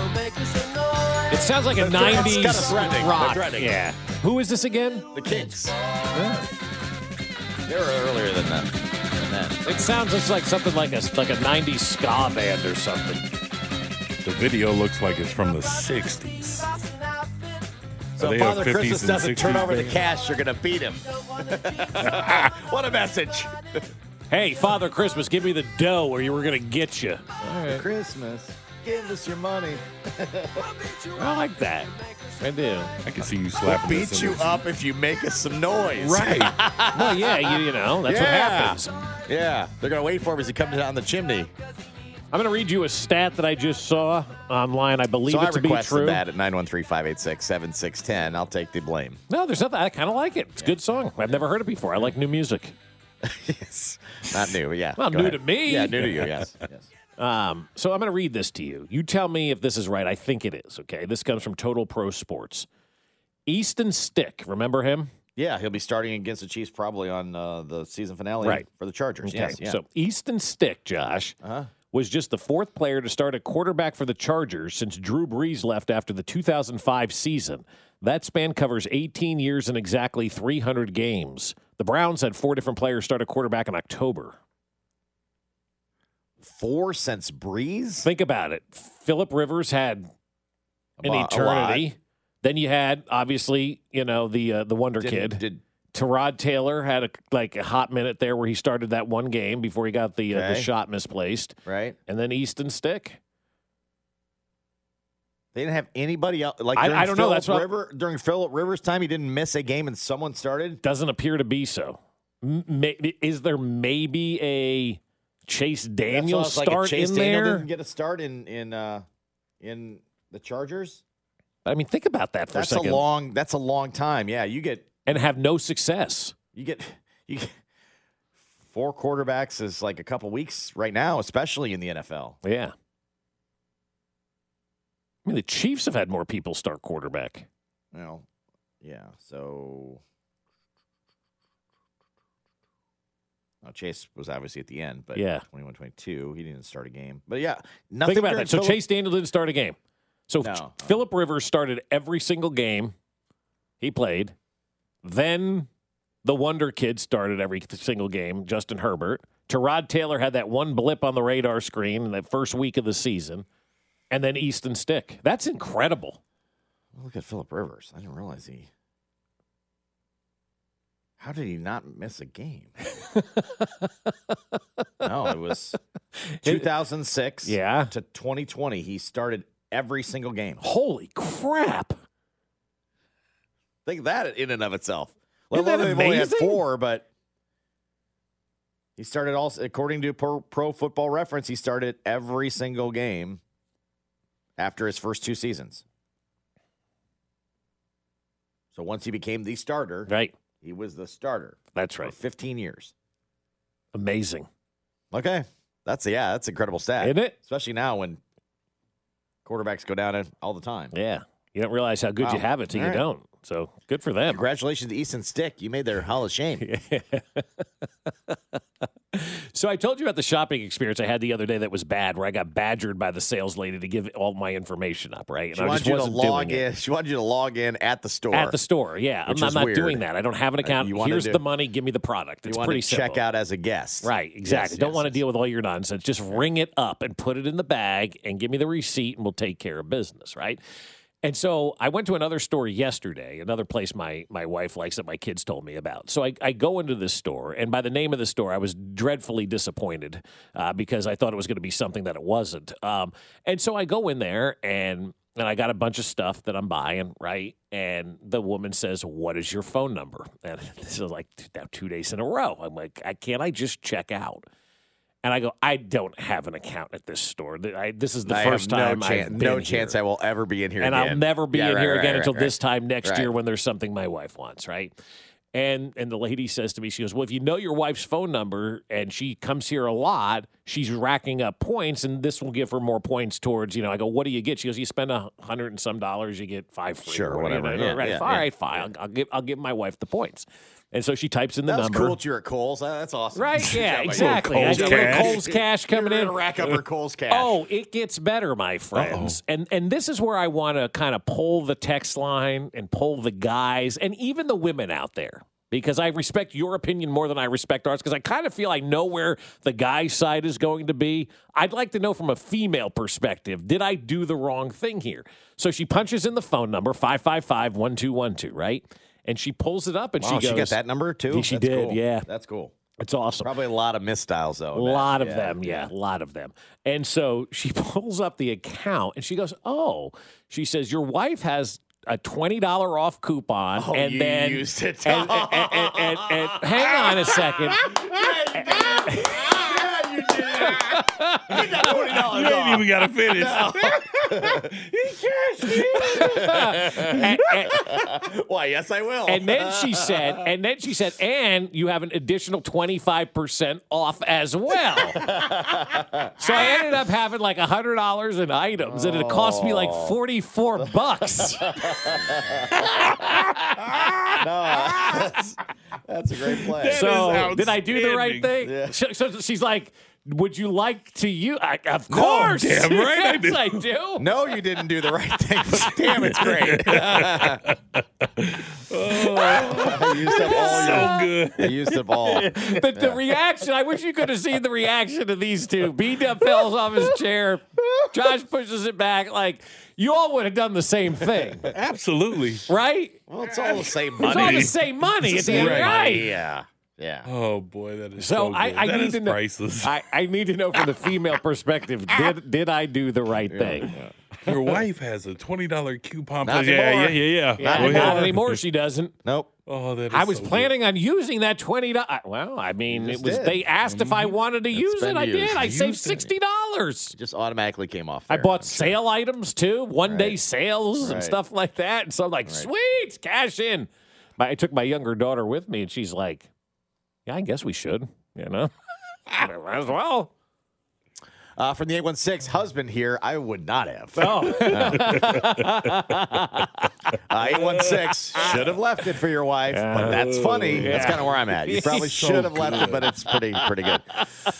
It sounds like a They're threatening. '90s It's kinda threatening. rock. They're threatening. Yeah. Who is this again? The kids. They were earlier than that. Than that. It sounds just like something like a like a '90s ska band or something. The video looks like it's from the 60s. So they a Father 50s Christmas and doesn't turn 60s over the band? cash, you're gonna beat him. what a message! Hey, Father Christmas, give me the dough, or you were gonna get you. Christmas. Give us your money. I like that. I do. I can see you slapping this Beat in you this. up if you make us some noise. Right. Well, yeah, you, you know that's Yeah. what happens. Yeah, they're gonna wait for him as he comes down the chimney. I'm gonna read you a stat that I just saw online. I believe so it I to be requested true. that at 913-586-7610. I'll take the blame. No, there's nothing. I kind of like it. It's a good song. I've never heard it before. I like new music. yes, not new. Yeah, Not Go new ahead. to me. Yeah, new to you. Yes. yes. Um, so I'm going to read this to you. You tell me if this is right. I think it is. Okay. This comes from Total Pro Sports. Easton Stick. Remember him? Yeah, he'll be starting against the Chiefs probably on uh, the season finale Right. for the Chargers. Yes. Yeah. Uh-huh. So Easton Stick, Josh, was just the fourth player to start at quarterback for the Chargers since Drew Brees left after the 2005 season. That span covers 18 years and exactly 300 games. The Browns had four different players start at quarterback in October. Four since Breeze. Think about it. Philip Rivers had A an lo- a eternity. Then you had obviously, you know, the uh, the Wonder lot. Did, Kid. Did Terod Taylor had a like a hot minute there where he started that one game before he got the uh, the Okay. shot misplaced, right? and then Easton Stick. They didn't have anybody else. Like I- during I don't know, Phillip that's what- River during Philip Rivers' time, he didn't miss a game, and someone started. Doesn't appear to be so. M- may- Is there maybe a Chase That's Daniel why it's like start if Chase in Daniel there? Didn't get a start in in uh, in the Chargers. I mean, think about that for That's a a second, long. That's a long time. Yeah, you get and have no success. you get you get four quarterbacks is like a couple weeks right now, especially in the NFL. Yeah. I mean, the Chiefs have had more people start quarterback. You know, yeah. So now Chase was obviously at the end, but Yeah. 21-22, he didn't start a game. But yeah, nothing. Think about during that. So Phillip- Chase Daniel didn't start a game. So No. Ch- Philip Rivers started every single game he played. Then the Wonder Kid started every single game. Justin Herbert. Terod Taylor had that one blip on the radar screen in the first week of the season, and then Easton Stick. That's incredible. Look at Philip Rivers. I didn't realize he. How did he not miss a game? no, it was 2006 Yeah. to 2020. He started every single game. Holy crap! Think of that in and of itself. Isn't that they've only had amazing? four, but he started also according to pro, pro Football Reference. He started every single game after his first two seasons. So once he became the starter, Right. he was the starter That's for right. 15 years. Amazing. Okay, that's yeah, that's an incredible stat, Isn't it? Especially now when quarterbacks go down all the time. Yeah. You don't realize how good you Wow. have it till All you right. don't. So good for them. Congratulations to Easton Stick. You made their Hall of Shame. So I told you about the shopping experience I had the other day that was bad, where I got badgered by the sales lady to give all my information up, right? And She I wanted just you to wasn't log doing it. in. She wanted you to log in at the store. At the store, yeah. I'm, Which I'm is not weird. doing that. I don't have an Uh, account. you wanna Here's do- the money. Give me the product. you It's wanted pretty to simple. check out as a guest. Right, exactly. Yes, Don't yes, want to yes. deal with all your nonsense. Just ring it up and put it in the bag and give me the receipt and we'll take care of business, right? And so I went to another store yesterday, another place my my wife likes that my kids told me about. So I, I go into this store, and by the name of the store, I was dreadfully disappointed uh, because I thought it was going to be something that it wasn't. Um, and so I go in there and and I got a bunch of stuff that I'm buying, right? And the woman says, "What is your phone number?" And this is like now two days in a row. I'm like, I can't I just check out? And I go, I don't have an account at this store. Th- I, this is the I first have time no, I've chan- been no here. chance I will ever be in here and again. I'll never be Yeah, in right, here right, again right, until right. this time next Right. year when there's something my wife wants, right? And and the lady says to me, she goes, "Well, if you know your wife's phone number and she comes here a lot, she's racking up points, and this will give her more points towards you know." I go, "What do you get?" She goes, "You spend a hundred and some dollars, you get five free, or Sure, you whatever. know, Yeah, right? yeah, All yeah. right, fine. I'll, I'll give I'll give my wife the points." And so she types in the That was number. cool that you're at Cole's. That- That's awesome. Right? Yeah, Got my- exactly. I Coles got a little cash. Coles cash You're coming gonna in. Rack up her Cole's cash. Oh, it gets better, my friends. And and this is where I want to kind of pull the text line and pull the guys and even the women out there. Because I respect your opinion more than I respect ours, because I kind of feel I know where the guy's side is going to be. I'd like to know from a female perspective did I do the wrong thing here? So she punches in the phone number, 555 1212, right? And she pulls it up and Wow, she she, goes, got that number too. Yeah, she That's did, cool. yeah. that's cool. It's awesome. Probably a lot of misdials though. I A bet. lot of Oh, Yeah. them, yeah, a lot of them. And so she pulls up the account and she goes, "Oh," she says, "Your wife has a twenty dollar off coupon, Oh, and you then used it. And, and- and- and- and- hang on a second, Ah, Yeah, you did. You got twenty dollars You ain't even got to finish. And- and- Why? Yes, I will. and then she said, and then she said, and you have an additional 25% off as well. so I ended up having like $100 in items, and it cost me Oh. like 44 bucks. that's, that's a great play. That so is did I do the right outstanding. thing? Yeah. So, so she's like, would you like to you? I, of No, course. damn right I yes, do. I do. no, you didn't do the right thing. But damn, it's great. Oh. I used up all your. so good. I used up all. The, the reaction, I wish you could have seen the reaction of these two. B Dub falls off his chair. Josh pushes it back. Like, you all would have done the same thing, Absolutely. right? Well, it's all the same It's all money. the same money at the end of the Right. night. Yeah. Yeah. Oh boy, that is so. So I, good. I That need is to know. priceless. I, I need to know from the female perspective. Did did I do the right thing? Your wife has a twenty dollar coupon. Not plus- yeah, yeah, anymore. yeah, yeah, Not- Go not ahead. anymore. She doesn't. Nope. Oh, that is I was so good. planning on using that twenty dollars. Well, I mean, it just was. did. Mm-hmm. They asked if I wanted to use it. been I did. used. I You saved used it. sixty dollars. Just automatically came off. I there. bought sale items too, one day sales and Right. stuff like that. And so I'm like, sweet, cash in. My, I took my younger daughter with me, and she's like, "Yeah, I guess we should." You know, might as well. Uh, from the 816 husband here, I would not have. Oh, Uh, 816 should have left it for your wife, but that's funny. That's kind of where I'm at. You probably should have left it, but it's pretty pretty good.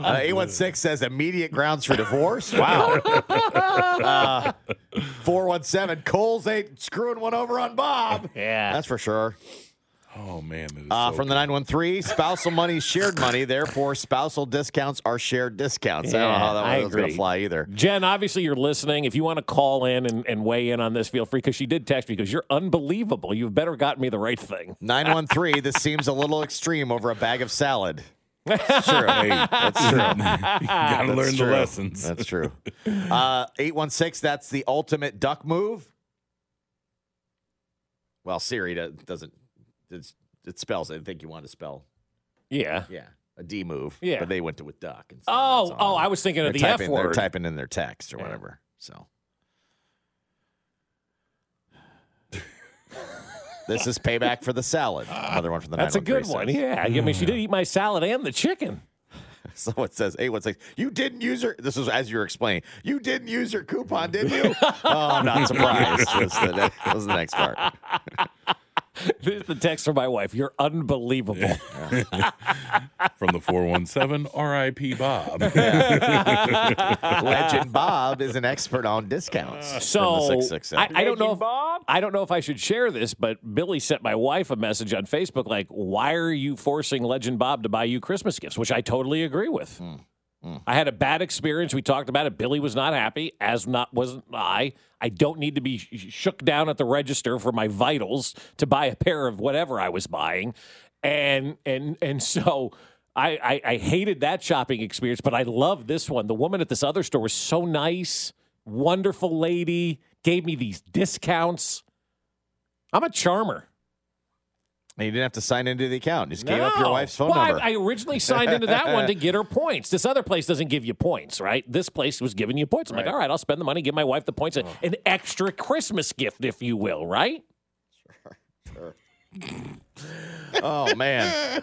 Uh, 816 says immediate grounds for divorce. Wow. uh, 417, Coles ain't screwing one over on Bob. Yeah. That's for sure. Oh man, that is Uh, so from the 913, spousal money is shared money. Therefore, spousal discounts are shared discounts. I don't know Yeah, how I that was going agree. to fly either. Jen, obviously you're listening. If you want to call in and, and weigh in on this, feel free because she did text me because you're unbelievable. You've better gotten me the right thing. 913, this seems a little extreme over a bag of salad. Sure. good. Hey, that's true. you gotta That's learn true. the lessons. That's true. Uh, 816, that's the ultimate duck move. Well, Siri do- doesn't, it's, it spells, I think you want to spell. Yeah. Yeah. A D move. Yeah. But they went to with duck. And stuff. Oh, That's all. oh, I was thinking they're of the typing, F They're word. typing in their text or whatever. So. this is payback for the salad. Another one from the oh That's a good 913 one. says. Yeah. I mean, Mm. she did eat my salad and the chicken. Someone says eight one six. You didn't use your. This was as you were explaining. You didn't use your coupon, did you? oh, I'm not surprised. was, the, ne- was the next part. This is the text from my wife. You're unbelievable. From the 417, RIP Bob. Legend Bob is an expert on discounts. So from the 667. I, I don't know. If, I don't know if I should share this, but Billy sent my wife a message on Facebook like, "Why are you forcing Legend Bob to buy you Christmas gifts?" Which I totally agree with. I had a bad experience. We talked about it. Billy was not happy, as not wasn't I. I don't need to be sh- shook down at the register for my vitals to buy a pair of whatever I was buying, and and and so. I, I, I hated that shopping experience, but I love this one. The woman at this other store was so nice, wonderful lady, gave me these discounts. I'm a charmer. And you didn't have to sign into the account. You just gave up your No. wife's phone well, I- number. I, originally signed into that one to get her points. This other place doesn't give you points, right? This place was giving you points. I'm like, all right, I'll spend the money, give my wife the points, an extra Christmas gift, if you will, right? oh, man.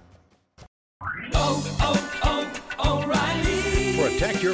Protect your